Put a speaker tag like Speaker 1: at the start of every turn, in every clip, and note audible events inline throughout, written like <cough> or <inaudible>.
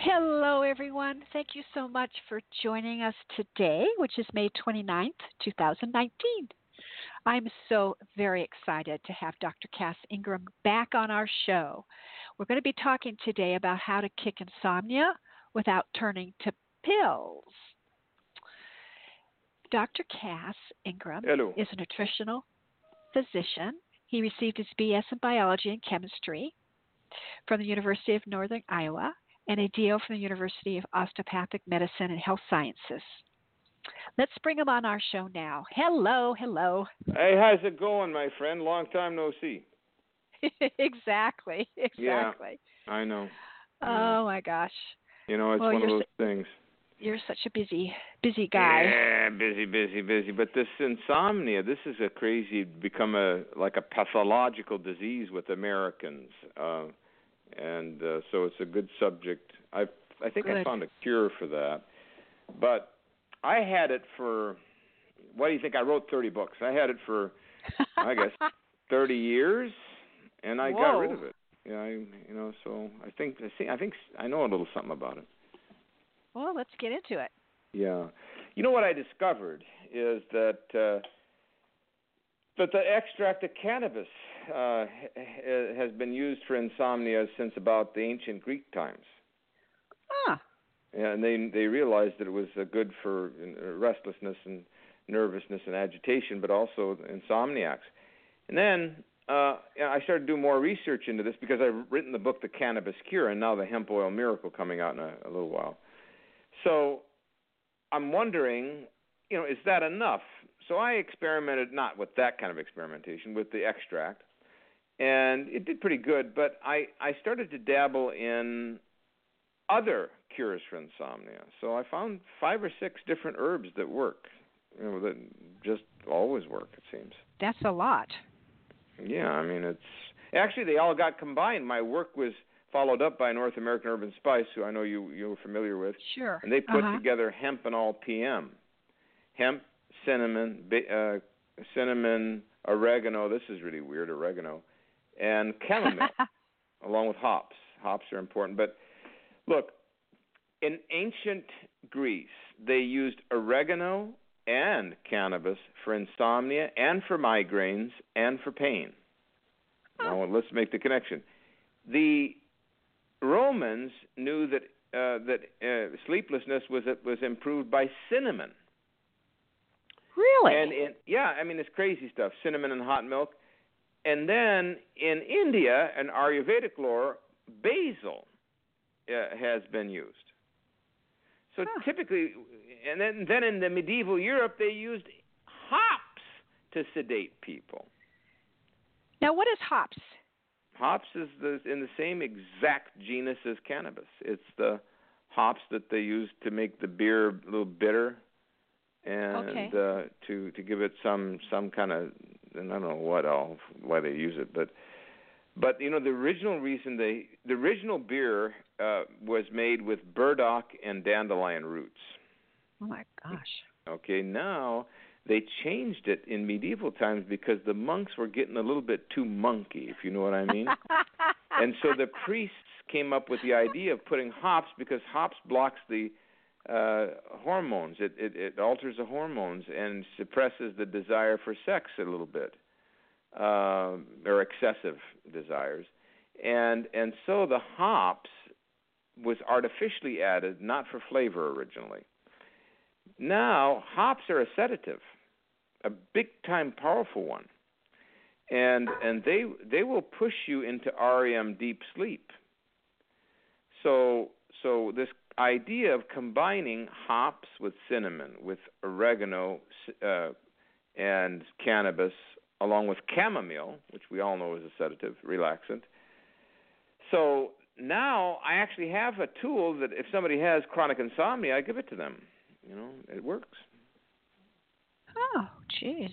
Speaker 1: Hello, everyone. Thank you so much for joining us today, which is May 29th, 2019. I'm so very excited to have Dr. Cass Ingram back on our show. We're going to be talking today about how to kick insomnia without turning to pills. Dr. Cass Ingram
Speaker 2: Hello.
Speaker 1: is a nutritional physician. He received his BS in biology and chemistry from the University of Northern Iowa and a DO from the University of Osteopathic Medicine and Health Sciences. Let's bring him on our show now. Hello, hello. <laughs>
Speaker 2: Hey, how's it going, my friend? Long time no see.
Speaker 1: exactly, exactly.
Speaker 2: I know.
Speaker 1: Oh my gosh,
Speaker 2: You know, it's
Speaker 1: Well,
Speaker 2: one of
Speaker 1: you're
Speaker 2: those things.
Speaker 1: you're such a busy, busy guy.
Speaker 2: Yeah, busy, busy, busy. But this insomnia, this is a crazy become a like a pathological disease with Americans. Uh, and uh, so it's a good subject. I I think I
Speaker 1: Good.
Speaker 2: found a cure for that. But I had it for what do you think? I wrote 30 books. I had it for I guess 30 years, and I got
Speaker 1: Whoa.
Speaker 2: rid of it. Yeah, I, you know, so I think I see. I think I know a little something about it.
Speaker 1: <laughs> well, let's get into it.
Speaker 2: Yeah, you know what I discovered is that uh, that the extract of cannabis uh, h- h- has been used for insomnia since about the ancient Greek times,
Speaker 1: Ah,
Speaker 2: and they they realized that it was uh, good for uh, restlessness and nervousness and agitation, but also insomniacs. And then uh, I started to do more research into this because I've written the book, The Cannabis Cure, and now The Hemp Oil Miracle coming out in a, a little while. So I'm wondering, you know, is that enough? So I experimented not with that kind of experimentation, with the extract, and it did pretty good. But I I started to dabble in other cures for insomnia. So I found five or six different herbs that work, you know, that just always work. It seems.
Speaker 1: that's a lot.
Speaker 2: Yeah, I mean it's actually they all got combined. My work was followed up by North American Urban Spice, who I know you you're familiar with,
Speaker 1: Sure.
Speaker 2: and they put
Speaker 1: Uh-huh.
Speaker 2: together hemp and all PM, hemp, cinnamon, ba- uh, cinnamon, oregano. This is really weird, oregano, and chamomile,
Speaker 1: <laughs>
Speaker 2: along with hops. Hops are important, but look, in ancient Greece, they used oregano and cannabis for insomnia and for migraines and for pain. Now, let's make the connection. The Romans knew that uh, that uh, sleeplessness was was improved by cinnamon.
Speaker 1: really?
Speaker 2: And in, yeah, I mean it's crazy stuff. Cinnamon and hot milk. And then in India, an Ayurvedic lore, basil uh, has been used. So
Speaker 1: Huh.
Speaker 2: typically, and then then in the medieval Europe, they used hops to sedate people.
Speaker 1: now, what is hops?
Speaker 2: Hops is the, in the same exact genus as cannabis. It's the hops that they use to make the beer a little bitter, and
Speaker 1: Okay.
Speaker 2: uh, to to give it some some kind of and I don't know what all why they use it, but but you know the original reason they the original beer uh, was made with burdock and dandelion roots.
Speaker 1: Oh my gosh.
Speaker 2: Okay, now they changed it in medieval times because the monks were getting a little bit too monkey, if you know what I
Speaker 1: <laughs>
Speaker 2: mean and so the priests came up with the idea of putting hops because hops blocks the uh, hormones. It, it it alters the hormones and suppresses the desire for sex a little bit, uh, or excessive desires, and and so the hops was artificially added, not for flavor originally. Now hops are a sedative. a big time powerful one. And and they they will push you into REM deep sleep. So so this idea of combining hops with cinnamon, with oregano, uh, and cannabis, along with chamomile, which we all know is a sedative, relaxant. So now I actually have a tool that if somebody has chronic insomnia, I give it to them. You know, it works.
Speaker 1: Oh, jeez.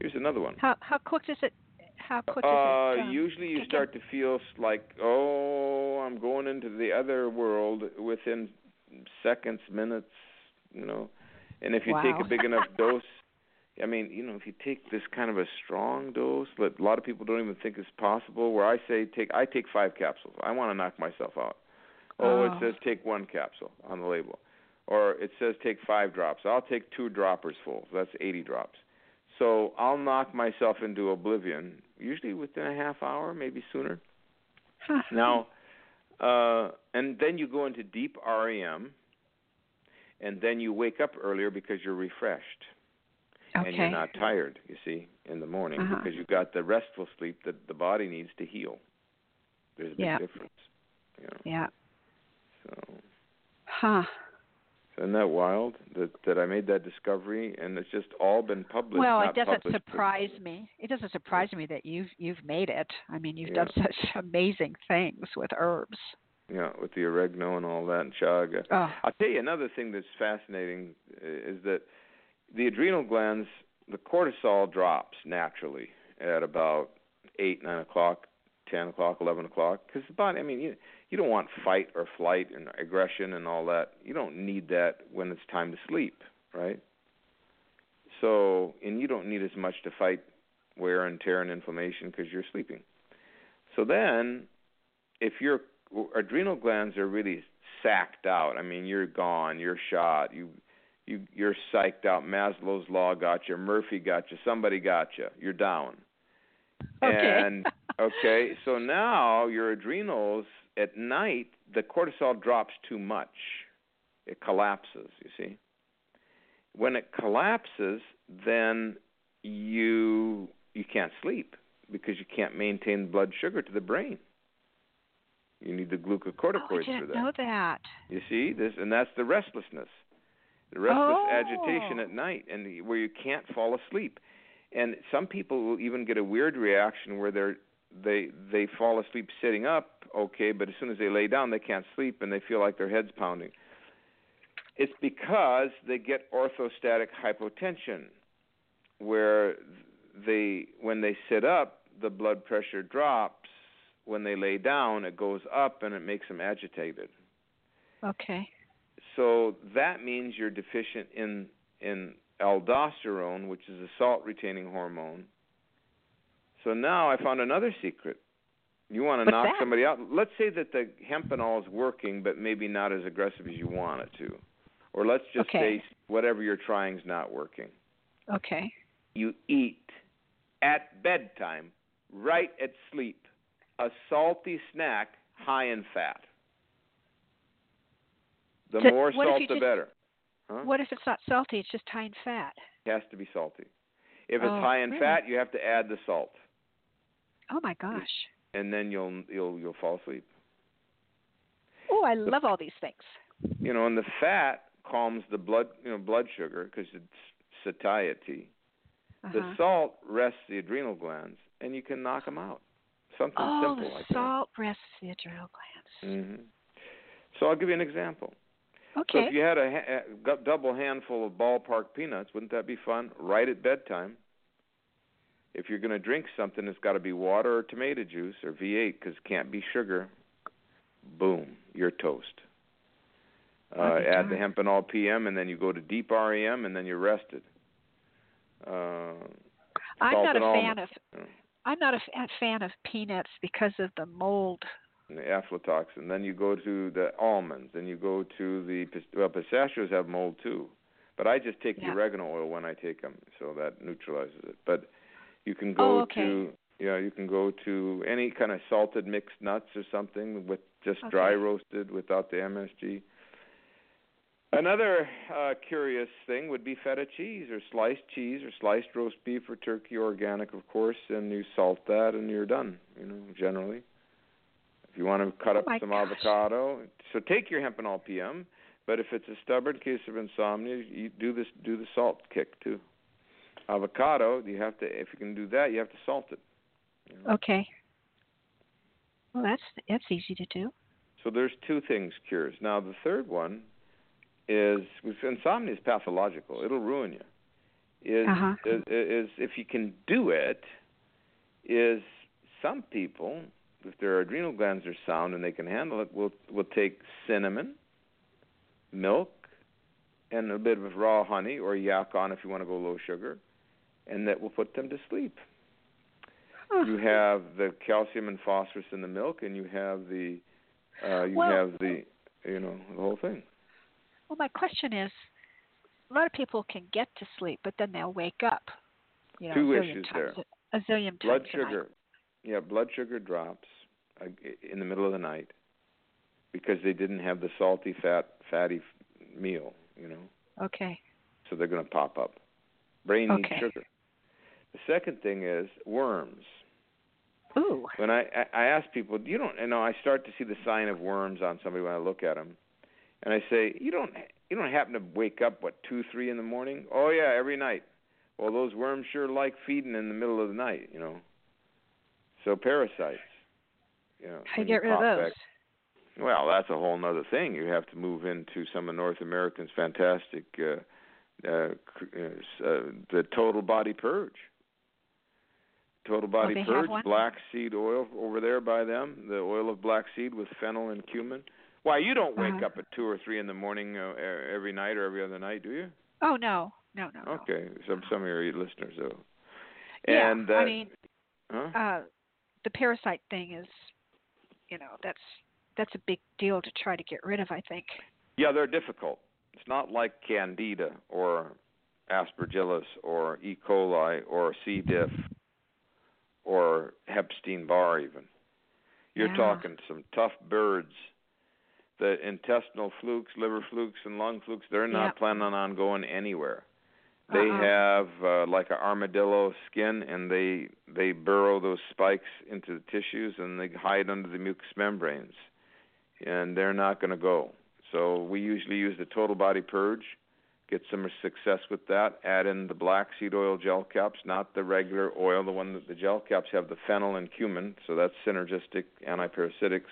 Speaker 2: Here's another one.
Speaker 1: How how quick does it? How quick does
Speaker 2: uh,
Speaker 1: it? um,
Speaker 2: usually you
Speaker 1: kick
Speaker 2: start to feel like, oh, I'm going into the other world within seconds, minutes, you know. And if you take
Speaker 1: Wow.
Speaker 2: a
Speaker 1: <laughs>
Speaker 2: big enough dose, I mean, you know, if you take this kind of a strong dose, that a lot of people don't even think is possible. Where I say take, I take five capsules. I want to knock myself out. Oh, it
Speaker 1: Oh.
Speaker 2: says take one capsule on the label, or it says take five drops. I'll take two droppers full. So that's 80 drops. So I'll knock myself into oblivion, usually within a half hour, maybe sooner.
Speaker 1: Huh.
Speaker 2: Now, uh, and then you go into deep REM, and then you wake up earlier because you're refreshed
Speaker 1: okay.
Speaker 2: and you're not tired. You see, in the morning
Speaker 1: Uh-huh.
Speaker 2: because you've got the restful sleep that the body needs to heal. There's a big
Speaker 1: Yeah.
Speaker 2: difference. You know,
Speaker 1: Yeah.
Speaker 2: so.
Speaker 1: Huh.
Speaker 2: Isn't that wild that that I made that discovery and it's just all been published?
Speaker 1: well,
Speaker 2: not
Speaker 1: it doesn't
Speaker 2: published, but-
Speaker 1: surprise me. It doesn't surprise me that you've you've made it. I mean, you've
Speaker 2: Yeah.
Speaker 1: done such <laughs> amazing things with herbs.
Speaker 2: Yeah, with the oregano and all that and chaga.
Speaker 1: Oh,
Speaker 2: I'll tell you another thing that's fascinating uh, is that the adrenal glands, the cortisol drops naturally at about eight, nine o'clock, ten o'clock, eleven o'clock, because the body. I mean, you you don't want fight or flight and aggression and all that. You don't need that when it's time to sleep, right? So, and you don't need as much to fight wear and tear and inflammation because you're sleeping. So then, if your adrenal glands are really sacked out, I mean, you're gone, you're shot, you you you're psyched out. Maslow's law got you, Murphy got you, somebody got you. You're down.
Speaker 1: okay. Oh,
Speaker 2: And
Speaker 1: <laughs>
Speaker 2: okay, so now your adrenals at night, the cortisol drops too much. It collapses, you see. When it collapses, then you you can't sleep because you can't maintain blood sugar to the brain. You need the
Speaker 1: oh, I
Speaker 2: glucocorticoids for
Speaker 1: didn't
Speaker 2: that.
Speaker 1: know that.
Speaker 2: You see this, and that's the restlessness, the restless
Speaker 1: Oh.
Speaker 2: agitation at night, and the, where you can't fall asleep. And some people will even get a weird reaction where they're they they fall asleep sitting up, okay, but as soon as they lay down, they can't sleep and they feel like their head's pounding. It's because they get orthostatic hypotension, where they when they sit up, the blood pressure drops. When they lay down, it goes up and it makes them agitated
Speaker 1: Okay.
Speaker 2: so that means you're deficient in in aldosterone, which is a salt-retaining hormone. So now I found another secret. You want to
Speaker 1: What's
Speaker 2: knock
Speaker 1: that?
Speaker 2: somebody out. Let's say that the hempenol is working, but maybe not as aggressive as you want it to, or let's just
Speaker 1: Okay.
Speaker 2: say whatever you're trying is not working.
Speaker 1: Okay.
Speaker 2: You eat at bedtime, right at sleep, a salty snack high in fat. The
Speaker 1: So
Speaker 2: more
Speaker 1: what if
Speaker 2: salt,
Speaker 1: you
Speaker 2: the
Speaker 1: just-
Speaker 2: better. Huh?
Speaker 1: What if it's not salty? It's just high in fat.
Speaker 2: It has to be salty. If it's
Speaker 1: Oh,
Speaker 2: high in
Speaker 1: really?
Speaker 2: fat, you have to add the salt,
Speaker 1: Oh my gosh.
Speaker 2: and then you'll you'll you'll fall asleep.
Speaker 1: Oh, I love all these things.
Speaker 2: You know, and the fat calms the blood you know blood sugar because it's satiety. The
Speaker 1: Uh-huh.
Speaker 2: salt rests the adrenal glands, and you can knock them out. Something
Speaker 1: Oh,
Speaker 2: simple like
Speaker 1: the salt rests the adrenal
Speaker 2: that.
Speaker 1: glands.
Speaker 2: hmm So I'll give you an example. So
Speaker 1: Okay.
Speaker 2: if you had a, ha- a gu- double handful of ballpark peanuts, wouldn't that be fun? Right at bedtime. If you're going to drink something, it's got to be water or tomato juice or V8 because it can't be sugar. Boom, you're toast. Uh,
Speaker 1: I'll be
Speaker 2: add the
Speaker 1: darned.
Speaker 2: hempenol PM, and then you go to deep REM, and then you're rested. Uh,
Speaker 1: I'm
Speaker 2: salt
Speaker 1: not a
Speaker 2: and
Speaker 1: fan
Speaker 2: almond.
Speaker 1: of
Speaker 2: Mm.
Speaker 1: I'm not a fa- fan of peanuts because of the mold.
Speaker 2: and the aflatoxin. Then you go to the almonds, then you go to the pist- well pistachios have mold too, but I just take
Speaker 1: Yeah.
Speaker 2: the oregano oil when I take them, so that neutralizes it. But you can
Speaker 1: Oh,
Speaker 2: go
Speaker 1: okay.
Speaker 2: to yeah, you can go to any kind of salted mixed nuts or something with just dry
Speaker 1: Okay.
Speaker 2: roasted without the MSG. Another uh, curious thing would be feta cheese or sliced cheese or sliced roast beef or turkey, organic, of course, and you salt that and you're done, you know, generally. If you want to cut
Speaker 1: Oh
Speaker 2: up
Speaker 1: my
Speaker 2: some
Speaker 1: gosh.
Speaker 2: avocado, so take your hempenol PM, but if it's a stubborn case of insomnia, you do this do the salt kick too. Avocado, you have to if you can do that, you have to salt it. you know.
Speaker 1: Okay. Well, that's that's easy to do.
Speaker 2: So there's two things cures. Now the third one is with insomnia is pathological. It'll ruin you. Is,
Speaker 1: Uh-huh.
Speaker 2: is is if you can do it is some people if their adrenal glands are sound and they can handle it will will take cinnamon, milk, and a bit of raw honey or yak on if you want to go low sugar, and that will put them to sleep
Speaker 1: Huh.
Speaker 2: you have the calcium and phosphorus in the milk, and you have the uh, you
Speaker 1: Well-
Speaker 2: have the you know the whole thing.
Speaker 1: Well, my question is, a lot of people can get to sleep, but then they'll wake up. You know,
Speaker 2: Two
Speaker 1: a zillion
Speaker 2: issues
Speaker 1: times, A, a zillion times.
Speaker 2: Blood
Speaker 1: a night.
Speaker 2: sugar, yeah, blood sugar drops uh, in the middle of the night because they didn't have the salty fat fatty f- meal, you know,
Speaker 1: Okay.
Speaker 2: so they're going to pop up. Brain needs
Speaker 1: Okay.
Speaker 2: sugar. The second thing is worms.
Speaker 1: Ooh.
Speaker 2: <laughs> When I, I I ask people, you don't, you know, I start to see the sign of worms on somebody when I look at them, and I say, you don't, you don't happen to wake up what two, three in the morning? Oh yeah, every night. Well, those worms sure like feeding in the middle of the night, you know. So parasites. You know,
Speaker 1: How do
Speaker 2: when
Speaker 1: you get rid of
Speaker 2: pop
Speaker 1: those?
Speaker 2: back- well, that's a whole other thing. You have to move into some of North America's fantastic, uh, uh, cr- uh, s- uh, the total body purge. Total body
Speaker 1: Oh, they have
Speaker 2: purge,
Speaker 1: one?
Speaker 2: black seed oil over there by them. The oil of black seed with fennel and cumin. Why you don't wake
Speaker 1: Uh-huh.
Speaker 2: up at two or three in the morning uh, e- every night or every other night, do you?
Speaker 1: Oh no, no, no. no.
Speaker 2: Okay, some some of your listeners though.
Speaker 1: Yeah.
Speaker 2: and uh,
Speaker 1: I mean,
Speaker 2: huh?
Speaker 1: uh, the parasite thing is, you know, that's that's a big deal to try to get rid of. I think.
Speaker 2: Yeah, they're difficult. It's not like Candida or Aspergillus or E. coli or C. diff or Epstein Barr, even. You're
Speaker 1: Yeah.
Speaker 2: talking some tough birds. The intestinal flukes, liver flukes, and lung flukes, they're not
Speaker 1: Yeah.
Speaker 2: planning on going anywhere. They
Speaker 1: Uh-uh.
Speaker 2: have uh, like an armadillo skin, and they they burrow those spikes into the tissues, and they hide under the mucous membranes, and they're not going to go. So we usually use the total body purge, get some success with that. Add in the black seed oil gel caps, not the regular oil. The one that the gel caps have the fennel and cumin, so that's synergistic antiparasitics.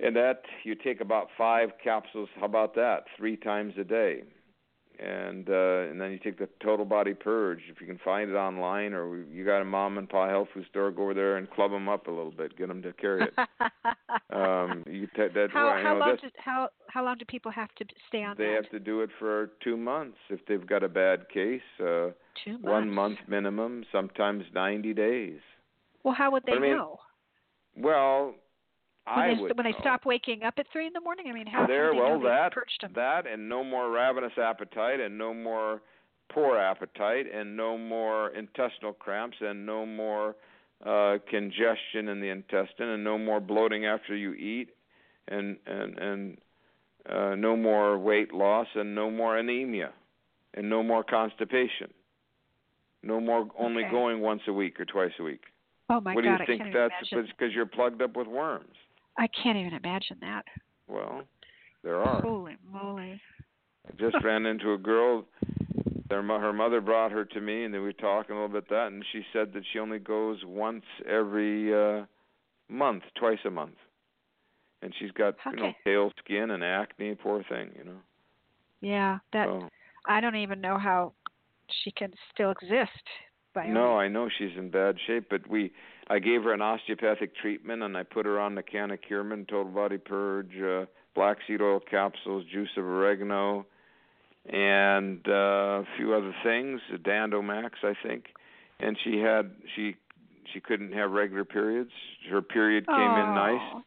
Speaker 2: And that you take about five capsules. How about that? Three times a day, and uh, and then you take the total body purge. If you can find it online, or you got a mom and pa health food store, go over there and club them up a little bit. Get them to
Speaker 1: <laughs>
Speaker 2: carry it. um, you ta that
Speaker 1: how
Speaker 2: you
Speaker 1: how
Speaker 2: know,
Speaker 1: long
Speaker 2: that's-
Speaker 1: do, how how long do people have to stay on
Speaker 2: they
Speaker 1: that?
Speaker 2: have to do it for two months if they've got a bad case. Uh,
Speaker 1: Two months.
Speaker 2: one month minimum, sometimes ninety days.
Speaker 1: Well, how would they
Speaker 2: I mean,
Speaker 1: know?
Speaker 2: Well,
Speaker 1: When
Speaker 2: I
Speaker 1: they,
Speaker 2: would
Speaker 1: when
Speaker 2: know.
Speaker 1: they stop waking up at three in the morning, I mean, how
Speaker 2: there,
Speaker 1: can they
Speaker 2: well,
Speaker 1: know
Speaker 2: that
Speaker 1: they perched them?
Speaker 2: that and no more ravenous appetite and no more poor appetite and no more intestinal cramps and no more uh congestion in the intestine and no more bloating after you eat and and and uh no more weight loss and no more anemia and no more constipation no more only
Speaker 1: Okay.
Speaker 2: going once a week or twice a week
Speaker 1: oh my God,
Speaker 2: what do you
Speaker 1: I
Speaker 2: think
Speaker 1: can't even
Speaker 2: that's
Speaker 1: imagine.
Speaker 2: because you're plugged up with worms
Speaker 1: I can't even imagine that.
Speaker 2: well there are
Speaker 1: Holy moly!
Speaker 2: I just ran into a girl. Their mo- her mother brought her to me, and then we were talking a little bit that, and she said that she only goes once every uh month, twice a month, and she's got you know
Speaker 1: Okay.
Speaker 2: pale skin and acne, poor thing, you know.
Speaker 1: Yeah, that
Speaker 2: so,
Speaker 1: I don't even know how she can still exist. By
Speaker 2: no, I know she's in bad shape, but we I gave her an osteopathic treatment, and I put her on the curamin, total body purge, uh, black seed oil capsules, juice of oregano, and uh, a few other things, Dandomax, I think. And she had she she couldn't have regular periods. Her period came
Speaker 1: Oh.
Speaker 2: in nice,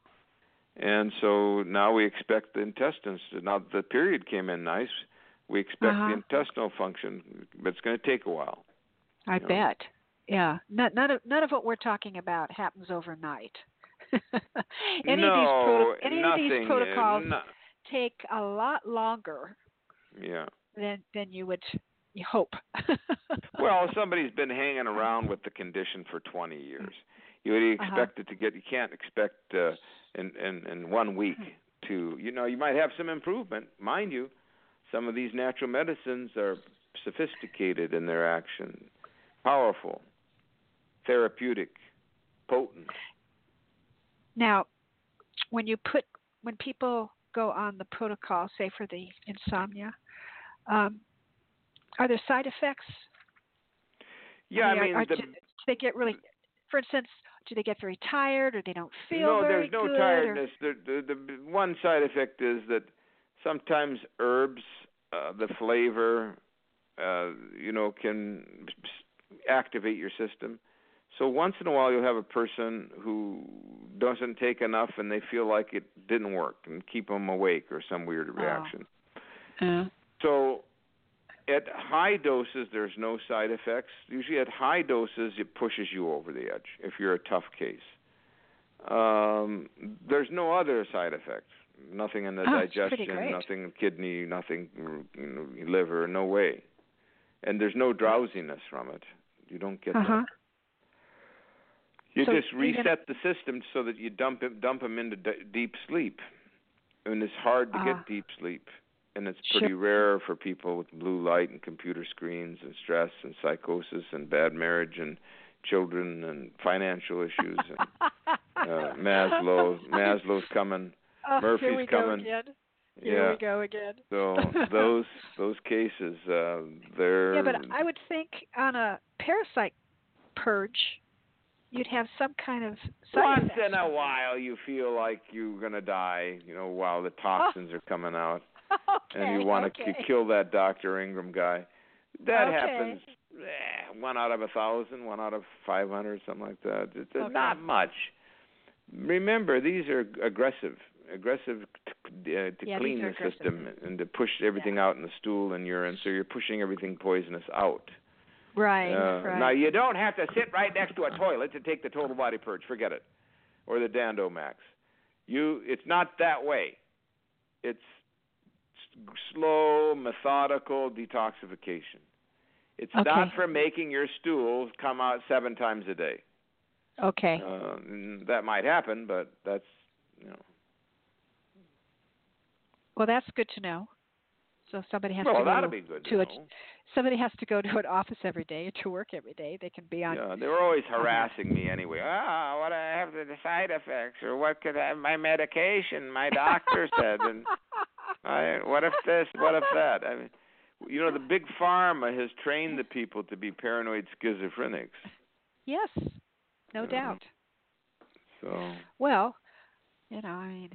Speaker 2: and so now we expect the intestines. To, now the period came in nice. We expect
Speaker 1: Uh-huh.
Speaker 2: the intestinal function, but it's going to take a while.
Speaker 1: I
Speaker 2: Yeah.
Speaker 1: bet. Yeah, none, none of none of what we're talking about happens overnight. <laughs> any
Speaker 2: no,
Speaker 1: of these proti- any
Speaker 2: nothing, eh,
Speaker 1: of these protocols
Speaker 2: no-
Speaker 1: take a lot longer
Speaker 2: Yeah.
Speaker 1: than than you would hope. <laughs>
Speaker 2: Well, if somebody's been hanging around with the condition for 20 years, you would
Speaker 1: Uh-huh.
Speaker 2: expect it to get. You can't expect uh, in, in in one week to. You know, you might have some improvement, mind you. Some of these natural medicines are sophisticated in their action, powerful, therapeutic, potent.
Speaker 1: Now, when you put when people go on the protocol, say for the insomnia, um, are there side effects?
Speaker 2: Yeah, I
Speaker 1: are-
Speaker 2: mean,
Speaker 1: are-
Speaker 2: the,
Speaker 1: do they get really, for instance, do they get very tired or they don't feel
Speaker 2: no,
Speaker 1: very
Speaker 2: there's no
Speaker 1: good? or-
Speaker 2: tiredness. The, the, the one side effect is that sometimes herbs, uh, the flavor, uh, you know, can activate your system. So once in a while, you'll have a person who doesn't take enough, and they feel like it didn't work, and keep them awake or some weird
Speaker 1: Oh.
Speaker 2: reaction.
Speaker 1: Uh,
Speaker 2: So at high doses, there's no side effects. Usually at high doses, it pushes you over the edge if you're a tough case. Um, there's no other side effects. Nothing in the
Speaker 1: Oh, it's pretty
Speaker 2: digestion,
Speaker 1: great.
Speaker 2: nothing in kidney, nothing you know, liver, no way. And there's no drowsiness from it. You don't get
Speaker 1: uh-huh.
Speaker 2: that. You
Speaker 1: So
Speaker 2: just
Speaker 1: even-
Speaker 2: reset the system so that you dump it, dump them into d- deep sleep, and it's hard to
Speaker 1: Ah.
Speaker 2: get deep sleep, and it's
Speaker 1: Sure.
Speaker 2: pretty rare for people with blue light and computer screens and stress and psychosis and bad marriage and children and financial issues
Speaker 1: <laughs>
Speaker 2: and uh, Maslow. Maslow's coming.
Speaker 1: Oh,
Speaker 2: Murphy's
Speaker 1: here we
Speaker 2: coming.
Speaker 1: Go again. Here
Speaker 2: Yeah.
Speaker 1: we go again.
Speaker 2: So
Speaker 1: <laughs>
Speaker 2: those those cases, uh, they're
Speaker 1: Yeah, but I would think on a parasite purge, you'd have some kind of side
Speaker 2: once
Speaker 1: effects.
Speaker 2: in a while you feel like you're gonna die. You know, while
Speaker 1: Ah.
Speaker 2: the toxins are coming out.
Speaker 1: <laughs> okay,
Speaker 2: and you want
Speaker 1: okay.
Speaker 2: to kill that Dr. Ingram guy. That
Speaker 1: Okay.
Speaker 2: happens eh, one out of a thousand, one out of 500, something like that. It's it's
Speaker 1: Okay.
Speaker 2: not much. Remember, these are aggressive, aggressive to, uh, to
Speaker 1: Yeah,
Speaker 2: clean
Speaker 1: these
Speaker 2: the
Speaker 1: are aggressive.
Speaker 2: system and to push everything out in the stool and urine. So you're pushing everything poisonous out.
Speaker 1: Right,
Speaker 2: Uh,
Speaker 1: right.
Speaker 2: Now you don't have to sit right next to a toilet to take the total body purge. Forget it, or the Dandomax. You, it's not that way. It's s- slow, methodical detoxification. It's
Speaker 1: Okay.
Speaker 2: not for making your stools come out seven times a day.
Speaker 1: okay.
Speaker 2: Uh, that might happen, but that's you know.
Speaker 1: Well, that's good to know. So somebody has
Speaker 2: well,
Speaker 1: to go
Speaker 2: that'll be good.
Speaker 1: to
Speaker 2: to
Speaker 1: a-
Speaker 2: know.
Speaker 1: somebody has to go to an office every day and to work every day. They can be on. <laughs>
Speaker 2: Yeah, they were always harassing me anyway. Ah, what do I have the side effects, or what could I? My medication, my doctor
Speaker 1: <laughs>
Speaker 2: said, and I, what if this? What if that? I mean, you know, the big pharma has trained the people to be paranoid schizophrenics.
Speaker 1: yes, no
Speaker 2: Yeah.
Speaker 1: doubt.
Speaker 2: So
Speaker 1: Well, you know, I mean,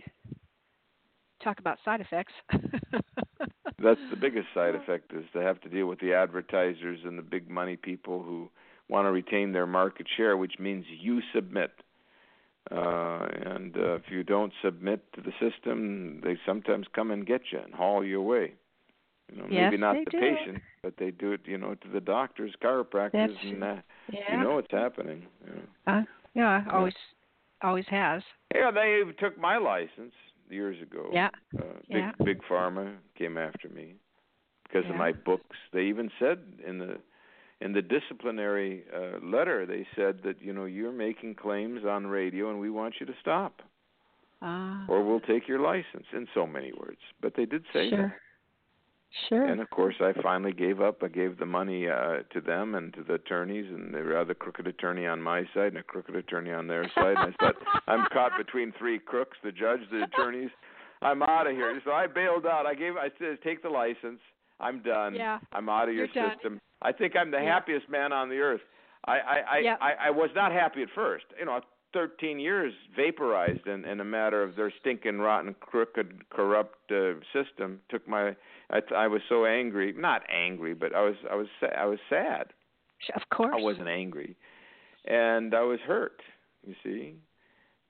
Speaker 1: talk about side effects. <laughs>
Speaker 2: that's the biggest side effect is to have to deal with the advertisers and the big money people who want to retain their market share, which means you submit. Uh, and uh, if you don't submit to the system, they sometimes come and get you and haul you away. You know,
Speaker 1: Yes,
Speaker 2: maybe not
Speaker 1: they
Speaker 2: the
Speaker 1: do.
Speaker 2: patient, but they do it, you know, to the doctors, chiropractors,
Speaker 1: That's-
Speaker 2: and that.
Speaker 1: Yeah. Uh,
Speaker 2: You know it's happening. You know.
Speaker 1: yeah, always, always has.
Speaker 2: Yeah, they even took my license years ago.
Speaker 1: Yeah.
Speaker 2: Uh, big,
Speaker 1: Yeah.
Speaker 2: big pharma came after me because
Speaker 1: Yeah.
Speaker 2: of my books. They even said in the in the disciplinary uh, letter, they said that you know you're making claims on radio and we want you to stop,
Speaker 1: Ah.
Speaker 2: or we'll take your license. In so many words, but they did say
Speaker 1: sure.
Speaker 2: that.
Speaker 1: Sure.
Speaker 2: And of course, I finally gave up. I gave the money uh, to them and to the attorneys, and they had a crooked attorney on my side and a crooked attorney on their side. And I thought, I'm caught between three crooks: the judge, the attorneys. I'm out of here. So I bailed out. I gave. I said, take the license. I'm done.
Speaker 1: Yeah.
Speaker 2: I'm out of your
Speaker 1: You're done.
Speaker 2: system. I think I'm the
Speaker 1: Yeah.
Speaker 2: happiest man on the earth. I I I,
Speaker 1: Yep.
Speaker 2: I I was not happy at first. You know, 13 years vaporized in in a matter of their stinking, rotten, crooked, corrupt uh, system. Took my I I was so angry. Not angry, but I was I was sa- I was sad.
Speaker 1: Sh- Of course.
Speaker 2: I wasn't angry, and I was hurt. You see,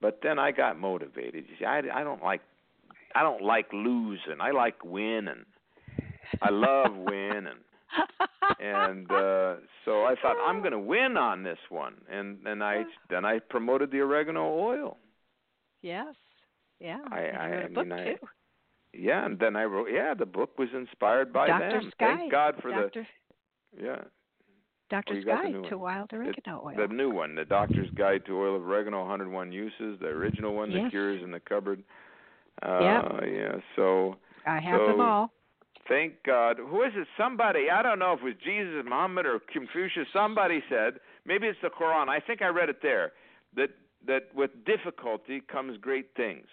Speaker 2: but then I got motivated. You see, I I don't like I don't like losing. I like winning. I love winning
Speaker 1: <laughs>
Speaker 2: and uh so I thought I'm going to win on this one, and and I then I promoted the oregano oil.
Speaker 1: yes. Yeah.
Speaker 2: I-
Speaker 1: and you
Speaker 2: I-
Speaker 1: wrote a
Speaker 2: I
Speaker 1: book
Speaker 2: mean, I-
Speaker 1: too.
Speaker 2: yeah, and then I wrote, yeah, the book was inspired by
Speaker 1: Dr.
Speaker 2: them.
Speaker 1: Sky.
Speaker 2: Thank God for
Speaker 1: Dr.
Speaker 2: the yeah,
Speaker 1: Doctor's
Speaker 2: you got
Speaker 1: Guide
Speaker 2: the new
Speaker 1: to
Speaker 2: one.
Speaker 1: Wild Oregano Oil.
Speaker 2: the new one, the Doctor's Guide to Oil of Oregano, 101 Uses, the original one, the
Speaker 1: Yes.
Speaker 2: cures in the cupboard. Uh,
Speaker 1: Yep.
Speaker 2: Yeah. So
Speaker 1: I have them
Speaker 2: so-
Speaker 1: all.
Speaker 2: thank God. Who is it? Somebody I don't know if it was Jesus, Muhammad, or Confucius. Somebody said maybe it's the Quran. I think I read it there that that with difficulty comes great things.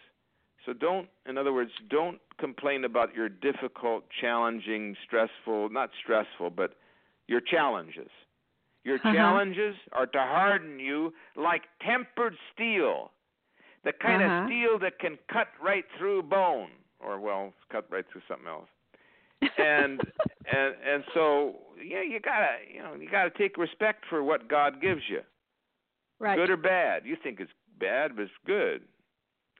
Speaker 2: So don't, in other words, don't complain about your difficult, challenging, stressful, not stressful, but your challenges. Your
Speaker 1: Uh-huh.
Speaker 2: challenges are to harden you like tempered steel, the kind
Speaker 1: Uh-huh.
Speaker 2: of steel that can cut right through bone, or well, cut right through something else and and and so yeah, you gotta you know you gotta take respect for what God gives you,
Speaker 1: <laughs> right.
Speaker 2: good or bad. You think it's bad, but it's good,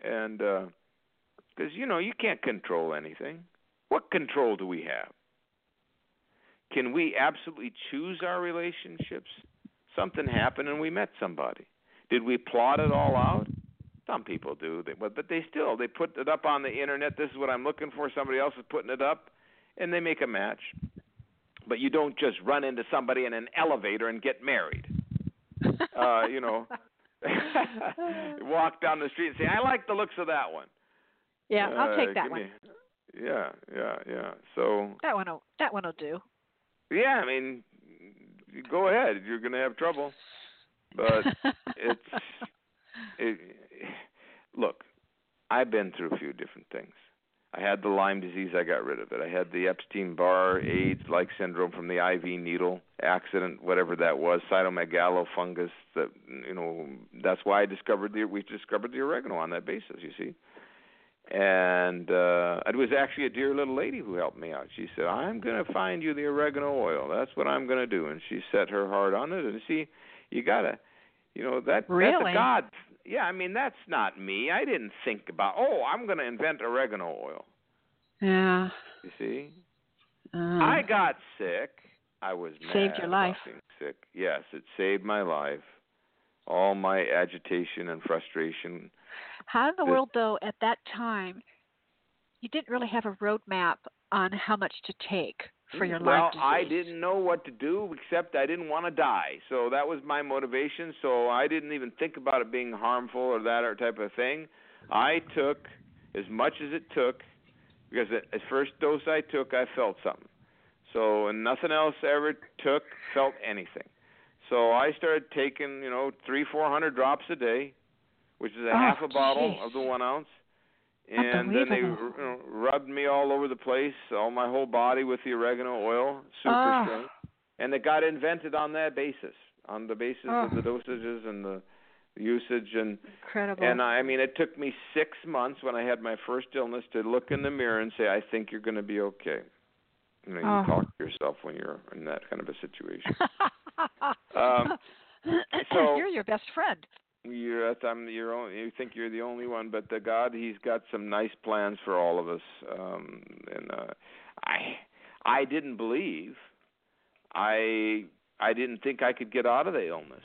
Speaker 2: and because you know you can't control anything. What control do we have? Can we absolutely choose our relationships? Something happened and we met somebody. Did we plot it all out? Some people do, they, but but they still they put it up on the internet. This is what I'm looking for. Somebody else is putting it up, and they make a match. But you don't just run into somebody in an elevator and get married.
Speaker 1: <laughs>
Speaker 2: Uh, you know, <laughs> walk down the street and say, "I like the looks of that one."
Speaker 1: yeah, I'll
Speaker 2: Uh,
Speaker 1: take that
Speaker 2: give
Speaker 1: one.
Speaker 2: me- Yeah, yeah, yeah. So
Speaker 1: That one'll that one'll do.
Speaker 2: yeah, I mean, go ahead. You're gonna have trouble,
Speaker 1: <laughs>
Speaker 2: but it's it, look, I've been through a few different things. I had the Lyme disease, I got rid of it. I had the Epstein Barr AIDS like syndrome from the IV needle accident, whatever that was, cytomegalofungus. That you know, that's why I discovered the we discovered the oregano on that basis. You see, and uh, it was actually a dear little lady who helped me out. She said, "I'm going to find you the oregano oil. That's what I'm going to do." And she set her heart on it. And see, you gotta, you know, that that's
Speaker 1: Really?
Speaker 2: a God. Yeah, I mean, that's not me. I didn't think about. Oh, I'm going to invent oregano oil.
Speaker 1: yeah.
Speaker 2: You see,
Speaker 1: Uh,
Speaker 2: I got sick. I was mad
Speaker 1: Saved your
Speaker 2: about
Speaker 1: life.
Speaker 2: being sick. Yes, it saved my life. All my agitation and frustration.
Speaker 1: How in the
Speaker 2: This-
Speaker 1: world, though, at that time, you didn't really have a roadmap on how much to take for your
Speaker 2: Mm, well,
Speaker 1: life.
Speaker 2: I didn't know what to do except I didn't want to die. So that was my motivation. So I didn't even think about it being harmful or that or type of thing. I took as much as it took because the the first dose I took, I felt something. So and nothing else I ever took felt anything. So I started taking, you know, three, four hundred drops a day, which is a
Speaker 1: Oh,
Speaker 2: half a bottle
Speaker 1: jeez.
Speaker 2: of the one ounce. And then they you
Speaker 1: Unbelievable.
Speaker 2: know, rubbed me all over the place, all my whole body with the oregano oil, super
Speaker 1: Ah.
Speaker 2: strength. And it got invented on that basis, on the basis of
Speaker 1: Ah.
Speaker 2: the dosages and the usage and
Speaker 1: Incredible. <laughs>
Speaker 2: and I, I mean, it took me six months when I had my first illness to look in the mirror and say, "I think you're going to be okay." You know, you
Speaker 1: Oh.
Speaker 2: talk to yourself when you're in that kind of a situation. Um, so-
Speaker 1: <laughs> You're your best friend.
Speaker 2: You're, at- I'm, you're only, you think you're the only one, but the God, He's got some nice plans for all of us. Um, and uh, I, I didn't believe. I, I didn't think I could get out of the illness.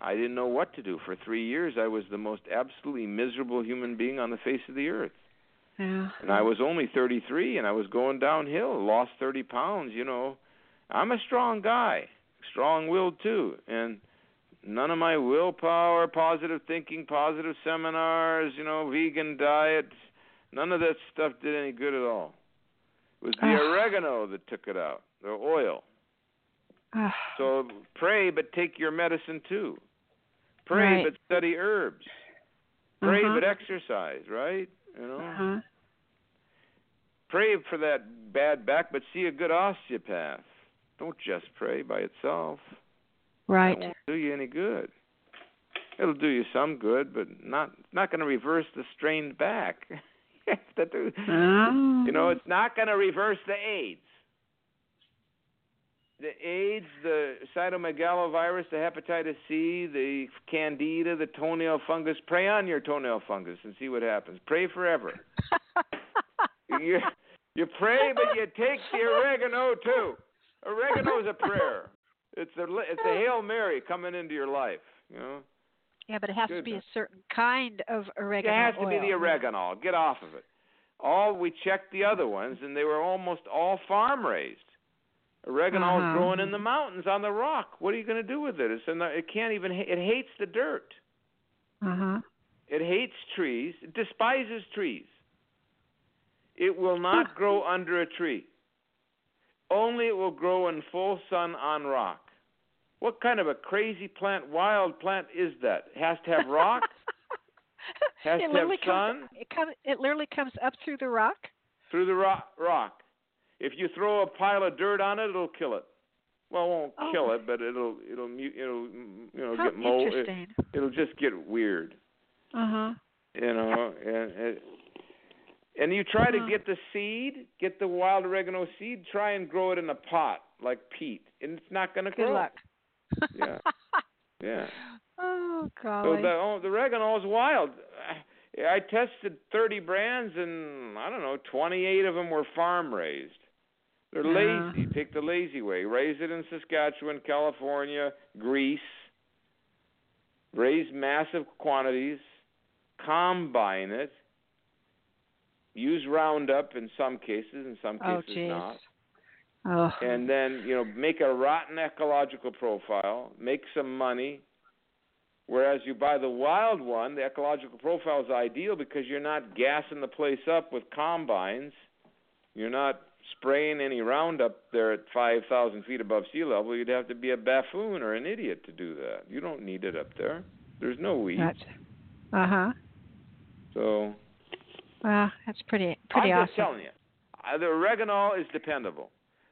Speaker 2: I didn't know what to do. For three years, I was the most absolutely miserable human being on the face of the earth.
Speaker 1: Yeah.
Speaker 2: and I was only 33, and I was going downhill. Lost 30 pounds, you know. I'm a strong guy, strong-willed too, and none of my willpower, positive thinking, positive seminars, you know, vegan diets, none of that stuff did any good at all. It was the
Speaker 1: Ugh.
Speaker 2: oregano that took it out, the oil.
Speaker 1: Ah,
Speaker 2: So pray, but take your medicine too. Pray,
Speaker 1: Right.
Speaker 2: but study herbs. Pray,
Speaker 1: Uh-huh.
Speaker 2: but exercise. Right? You know
Speaker 1: uh-huh.
Speaker 2: pray for that bad back, but see a good osteopath. Don't just pray by itself.
Speaker 1: Right.
Speaker 2: That won't do you any good. It'll do you some good, but not not going to reverse the strained back. <laughs> you have to do-
Speaker 1: Oh.
Speaker 2: you
Speaker 1: <laughs>
Speaker 2: know, it's not going to reverse the AIDS. The AIDS, the cytomegalovirus, the hepatitis C, the candida, the toenail fungus. Pray on your toenail fungus and see what happens. Pray forever you, you pray, but you take the oregano too. Oregano is a prayer. It's a li- it's a hail mary coming into your life. You know,
Speaker 1: yeah, but it has to be a
Speaker 2: goodness.
Speaker 1: certain kind of
Speaker 2: it
Speaker 1: oregano.
Speaker 2: has to be
Speaker 1: oil.
Speaker 2: the oregano. Get off of it. all we checked the other ones, and they were almost all farm raised. Oregano
Speaker 1: Uh-huh.
Speaker 2: is growing in the mountains on the rock. What are you going to do with it? It's in the, it can't even. ha- It hates the dirt.
Speaker 1: Uh huh.
Speaker 2: It hates trees. It despises trees. It will
Speaker 1: <laughs>
Speaker 2: not
Speaker 1: Huh.
Speaker 2: grow under a tree. Only it will grow in full sun on rock. What kind of a crazy plant, wild plant is that? It has to have rock?
Speaker 1: <laughs> it
Speaker 2: Has to have
Speaker 1: literally
Speaker 2: sun?
Speaker 1: Comes, it, come, it literally comes up through the rock.
Speaker 2: through the rock, rock. If you throw a pile of dirt on it, it'll kill it. Well, it won't
Speaker 1: Oh.
Speaker 2: kill it, but it'll it'll mu- it'll mm, you know
Speaker 1: How
Speaker 2: get mold. It,
Speaker 1: interesting.
Speaker 2: it'll just get weird,
Speaker 1: Uh huh.
Speaker 2: you know. And it, and you try
Speaker 1: Huh.
Speaker 2: to get the seed, get the wild oregano seed, try and grow it in a pot like peat, and it's not going to
Speaker 1: Good
Speaker 2: grow.
Speaker 1: luck.
Speaker 2: Yeah. Yeah.
Speaker 1: <laughs> oh
Speaker 2: So
Speaker 1: golly.
Speaker 2: the oh, the oregano is wild. I, I tested 30 brands, and I don't know, 28 of them were farm raised. They're
Speaker 1: Yeah.
Speaker 2: lazy. Take the lazy way. Raise it in Saskatchewan, California, Greece. Raise massive quantities. Combine it. Use Roundup in some cases, in some
Speaker 1: oh
Speaker 2: cases
Speaker 1: geez.
Speaker 2: not
Speaker 1: Oh.
Speaker 2: and then you know make a rotten ecological profile, make some money. Whereas you buy the wild one, the ecological profile is ideal because you're not gassing the place up with combines, you're not spraying any Roundup there at 5,000 feet above sea level. You'd have to be a buffoon or an idiot to do that. You don't need it up there. There's no weed.
Speaker 1: Gotcha. Uh huh.
Speaker 2: So
Speaker 1: Wow, that's pretty pretty
Speaker 2: I'm
Speaker 1: awesome.
Speaker 2: just telling you, uh, the oregano is dependable.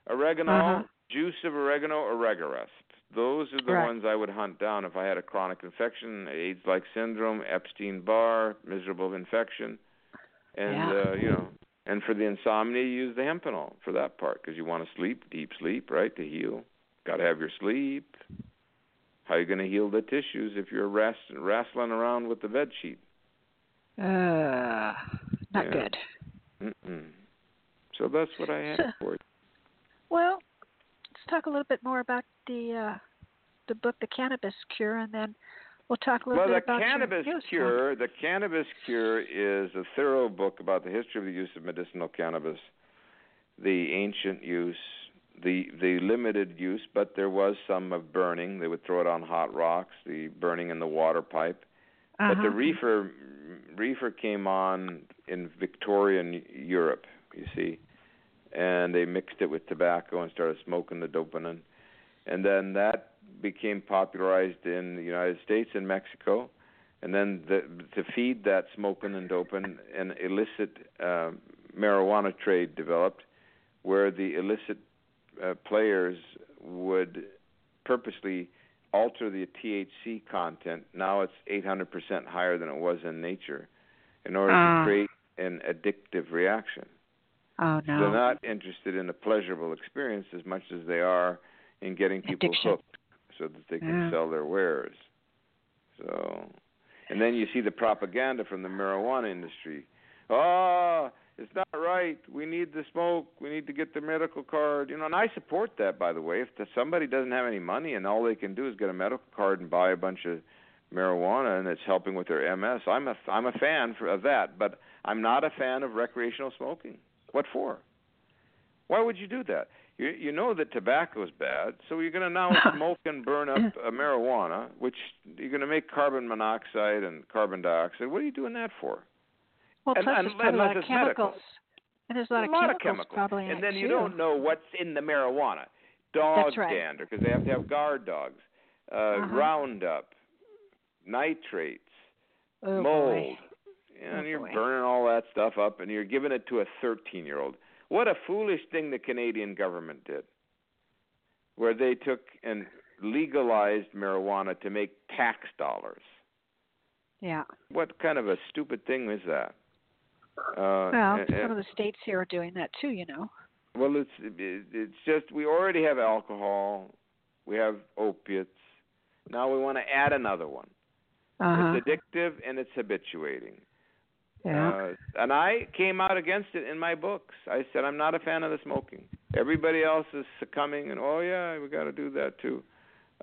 Speaker 2: Oregano,
Speaker 1: Uh-huh.
Speaker 2: juice of oregano, oregarest. Those are the
Speaker 1: Right.
Speaker 2: ones I would hunt down if I had a chronic infection, AIDS-like syndrome, Epstein-Barr, miserable infection, and
Speaker 1: Yeah.
Speaker 2: uh, you know. And for the insomnia, you use the hempenol for that part because you want to sleep, deep sleep, right, to heal. Got to have your sleep. How you going to heal the tissues if you're rast- wrestling around with the bed sheet?
Speaker 1: Uh, not
Speaker 2: Yeah.
Speaker 1: good.
Speaker 2: Mm-mm. So that's what I had
Speaker 1: So-
Speaker 2: for you.
Speaker 1: Well, let's talk a little bit more about the uh, the book, The Cannabis Cure, and then we'll talk a little
Speaker 2: Well,
Speaker 1: bit
Speaker 2: the
Speaker 1: about your
Speaker 2: cannabis
Speaker 1: newest one.
Speaker 2: cure. The cannabis cure is a thorough book about the history of the use of medicinal cannabis, the ancient use, the the limited use, but there was some of burning. They would throw it on hot rocks, the burning in the water pipe. But
Speaker 1: Uh-huh.
Speaker 2: the reefer reefer came on in Victorian Europe, you see, and they mixed it with tobacco and started smoking the dopenin, and then that became popularized in the United States and Mexico, and then the, to feed that smoking and doping, an illicit uh, marijuana trade developed, where the illicit uh, players would purposely alter the THC content. Now it's 800% higher than it was in nature in order
Speaker 1: Ah.
Speaker 2: to create an addictive reaction.
Speaker 1: Oh no.
Speaker 2: They're not interested in a pleasurable experience as much as they are in getting people
Speaker 1: Addiction.
Speaker 2: hooked so that they can
Speaker 1: Yeah.
Speaker 2: sell their wares. So, and then you see the propaganda from the marijuana industry. Ah, it's not right. We need the smoke. We need to get the medical card. You know, and I support that, by the way. If the, somebody doesn't have any money and all they can do is get a medical card and buy a bunch of marijuana and it's helping with their MS, I'm a I'm a fan for, of that. But I'm not a fan of recreational smoking. What for? Why would you do that? You you know that tobacco is bad, so you're going
Speaker 1: <laughs>
Speaker 2: to now smoke and burn up uh, marijuana, which you're going to make carbon monoxide and carbon dioxide. What are you doing that for?
Speaker 1: well,
Speaker 2: and-
Speaker 1: plus
Speaker 2: and-
Speaker 1: there's probably a
Speaker 2: unless
Speaker 1: lot of
Speaker 2: it's medical.
Speaker 1: chemicals. And there's a lot,
Speaker 2: There's
Speaker 1: of,
Speaker 2: a
Speaker 1: chemicals
Speaker 2: lot of chemicals,
Speaker 1: probably in
Speaker 2: and
Speaker 1: it
Speaker 2: then you
Speaker 1: too.
Speaker 2: don't know what's in the marijuana. Dog
Speaker 1: That's right.
Speaker 2: dander, because they have to have guard dogs. Uh,
Speaker 1: Uh-huh.
Speaker 2: Roundup, nitrates,
Speaker 1: oh,
Speaker 2: mold,
Speaker 1: Boy.
Speaker 2: and
Speaker 1: Oh,
Speaker 2: you're
Speaker 1: boy.
Speaker 2: burning all that stuff up, and you're giving it to a 13-year-old. What a foolish thing the Canadian government did, where they took and legalized marijuana to make tax dollars. Uh,
Speaker 1: Yeah.
Speaker 2: What kind of a stupid thing is that? Uh,
Speaker 1: Well,
Speaker 2: and- and-
Speaker 1: some of the states here are doing that too. You know.
Speaker 2: Well, it's it, it's just we already have alcohol, we have opiates. Now we want to add another one.
Speaker 1: Uh-huh.
Speaker 2: It's addictive and it's habituating.
Speaker 1: yeah.
Speaker 2: Uh, and I came out against it in my books. I said I'm not a fan of the smoking. Everybody else is succumbing, and oh yeah, we got to do that too.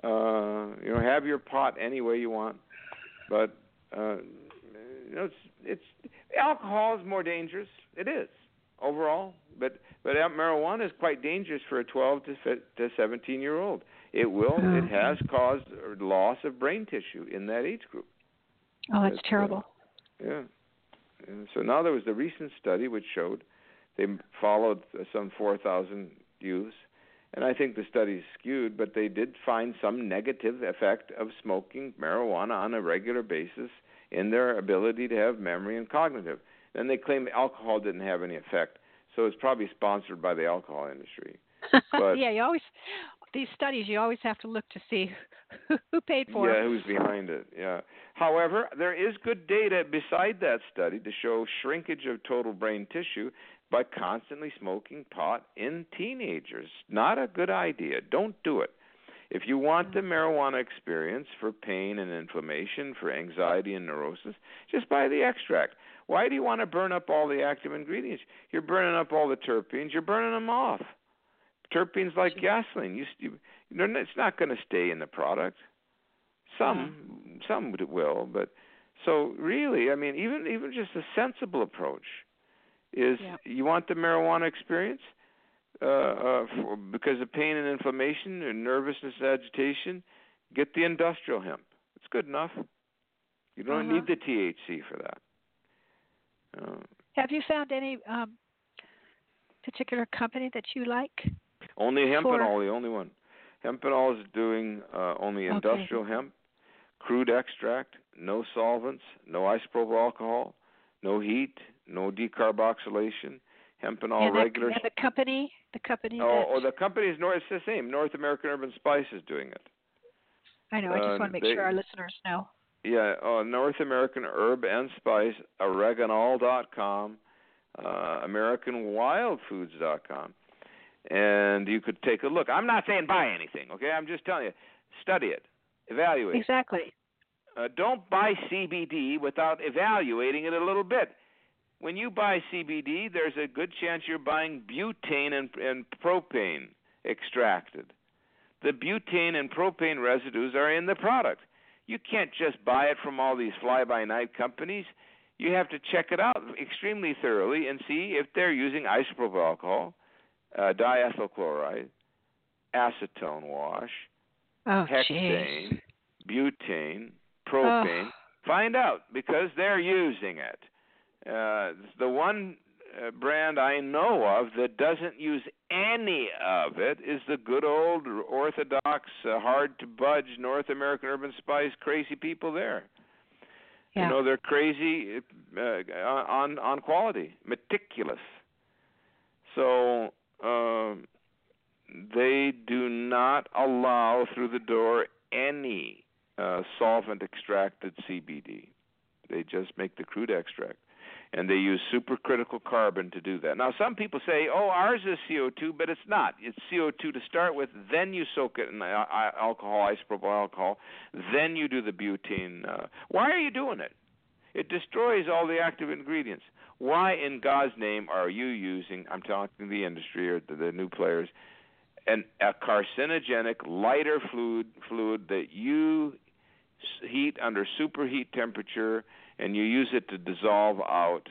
Speaker 2: Uh, you know, have your pot any way you want, but uh, you know, it's, it's alcohol is more dangerous. It is overall, but but marijuana is quite dangerous for a 12 to to 17 year old. It will. It has caused loss of brain tissue in that age group.
Speaker 1: Oh, that's terrible.
Speaker 2: Uh, yeah. And so now there was the recent study which showed they followed some 4,000 youths, and I think the study's skewed, but they did find some negative effect of smoking marijuana on a regular basis in their ability to have memory and cognitive. Then they claim alcohol didn't have any effect, so it's probably sponsored by the alcohol industry. But,
Speaker 1: <laughs> yeah, you always these studies you always have to look to see who paid for
Speaker 2: yeah,
Speaker 1: it.
Speaker 2: Yeah, who's behind it. Yeah. However, there is good data beside that study to show shrinkage of total brain tissue by constantly smoking pot in teenagers. Not a good idea. Don't do it. If you want the marijuana experience for pain and inflammation, for anxiety and neurosis, just buy the extract. Why do you want to burn up all the active ingredients? You're burning up all the terpenes, you're burning them off terpenes like gasoline. You, you, it's not going to stay in the product. Some, yeah. some will, but so really, I mean, even even just a sensible approach is yeah. you want the marijuana experience uh, uh, for, because of pain and inflammation and nervousness and agitation. Get the industrial hemp. It's good enough. You don't uh-huh. need the THC for that.
Speaker 1: Uh, Have you found any um, particular company that you like?
Speaker 2: Only hempenol, the only one. Hempenol is doing uh, only industrial okay. hemp, crude extract, no solvents, no isopropyl alcohol, no heat, no decarboxylation. Hempenol
Speaker 1: and
Speaker 2: regular.
Speaker 1: That, and the company, the company.
Speaker 2: Oh, oh the company is North. It's the same. North American Urban Spice is doing it.
Speaker 1: I know. I just uh, want to make they, sure our listeners know.
Speaker 2: Yeah, uh, North American Herb and Spice, oreganol.com, uh, AmericanWildFoods.com and you could take a look. I'm not saying buy anything, okay? I'm just telling you, study it, evaluate.
Speaker 1: Exactly.
Speaker 2: It. Uh, don't buy CBD without evaluating it a little bit. When you buy CBD, there's a good chance you're buying butane and, and propane extracted. The butane and propane residues are in the product. You can't just buy it from all these fly by night companies. You have to check it out extremely thoroughly and see if they're using isopropyl alcohol, uh, diethyl chloride, acetone wash,
Speaker 1: oh,
Speaker 2: hexane,
Speaker 1: geez.
Speaker 2: butane, propane. Oh. Find out because they're using it. Uh, the one uh, brand I know of that doesn't use any of it is the good old orthodox, uh, hard to budge North American urban spice crazy people there.
Speaker 1: Yeah.
Speaker 2: You know they're crazy uh, on on quality, meticulous. So uh, they do not allow through the door any uh, solvent extracted CBD. They just make the crude extract. And they use supercritical carbon to do that. Now, some people say, oh, ours is CO2, but it's not. It's CO2 to start with, then you soak it in uh, alcohol, isopropyl alcohol, then you do the butane. Uh, why are you doing it? It destroys all the active ingredients. Why in God's name are you using, I'm talking to the industry or the, the new players, an, a carcinogenic lighter fluid, fluid that you heat under superheat temperature and you use it to dissolve out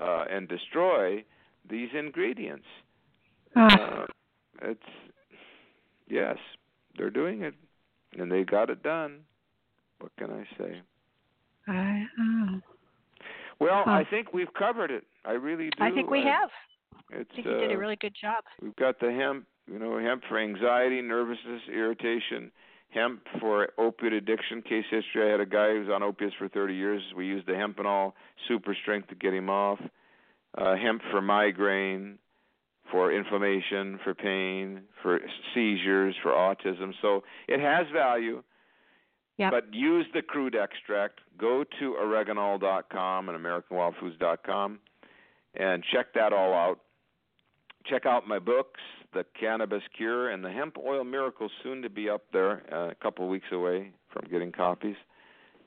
Speaker 2: uh, and destroy these ingredients?
Speaker 1: Uh. Uh,
Speaker 2: it's yes, they're doing it, and they got it done. What can I say?
Speaker 1: I, uh,
Speaker 2: well, huh. I think we've covered it. I really do.
Speaker 1: I think we
Speaker 2: I,
Speaker 1: have.
Speaker 2: It's,
Speaker 1: I think you uh, did a really good job.
Speaker 2: We've got the hemp, you know, hemp for anxiety, nervousness, irritation, hemp for opiate addiction. Case history: I had a guy who was on opiates for 30 years. We used the hemp and all super strength to get him off. Uh, hemp for migraine, for inflammation, for pain, for seizures, for autism. So it has value.
Speaker 1: Yep.
Speaker 2: But use the crude extract. Go to oreganol.com and AmericanWildFoods.com and check that all out. Check out my books, The Cannabis Cure and The Hemp Oil Miracle, soon to be up there, uh, a couple of weeks away from getting copies.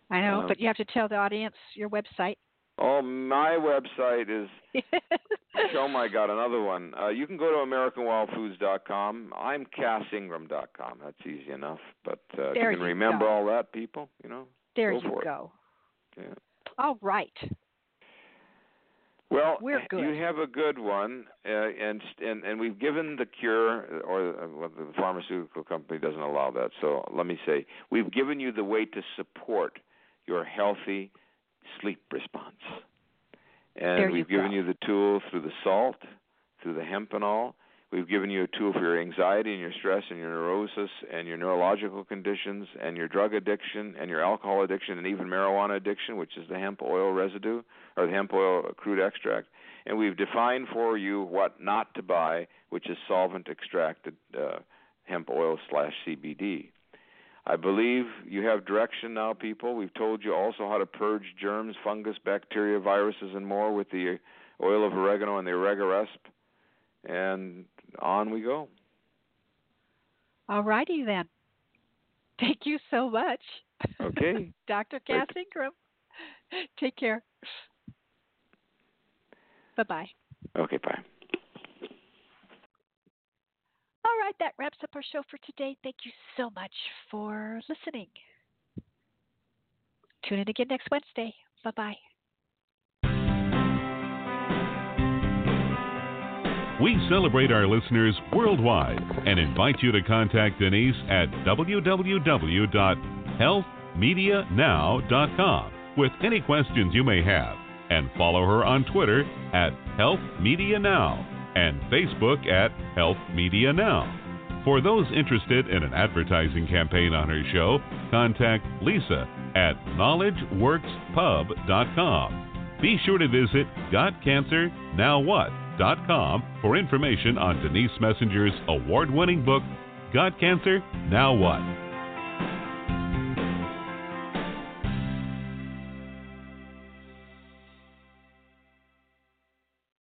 Speaker 1: I know, um, but you have to tell the audience your website.
Speaker 2: Oh, my website is. <laughs>
Speaker 1: <laughs>
Speaker 2: oh my God, another one. Uh, you can go to AmericanWildFoods.com. I'm CassIngram.com. That's easy enough. But uh,
Speaker 1: there
Speaker 2: you can remember
Speaker 1: go.
Speaker 2: all that, people. You know.
Speaker 1: There
Speaker 2: go
Speaker 1: you
Speaker 2: for
Speaker 1: go.
Speaker 2: It. Yeah.
Speaker 1: All right.
Speaker 2: Well,
Speaker 1: We're good.
Speaker 2: you have a good one, uh, and and and we've given the cure, or uh, well, the pharmaceutical company doesn't allow that. So let me say, we've given you the way to support your healthy sleep response, and
Speaker 1: There you
Speaker 2: we've given
Speaker 1: go.
Speaker 2: you the tool through the salt, through the hemp and all. We've given you a tool for your anxiety and your stress and your neurosis and your neurological conditions and your drug addiction and your alcohol addiction and even marijuana addiction, which is the hemp oil residue or the hemp oil crude extract. And we've defined for you what not to buy, which is solvent extracted uh, hemp oil slash CBD. I believe you have direction now, people. We've told you also how to purge germs, fungus, bacteria, viruses, and more with the oil of oregano and the orega resp. And on we go.
Speaker 1: All righty then. Thank you so much. <laughs>
Speaker 2: Okay.
Speaker 1: Dr. Cass
Speaker 2: Great.
Speaker 1: Ingram. Take care. Bye bye.
Speaker 2: Okay, bye.
Speaker 1: All right, that wraps up our show for today. Thank you so much for listening. Tune in again next Wednesday. Bye bye.
Speaker 3: We celebrate our listeners worldwide and invite you to contact Denise at www.healthmedianow.com with any questions you may have and follow her on Twitter at Health Media Now and Facebook at Health Media Now. For those interested in an advertising campaign on her show, contact Lisa at knowledgeworkspub.com. Be sure to visit GotCancerNowWhat.com for information on Denise Messenger's award winning book, Got Cancer Now What.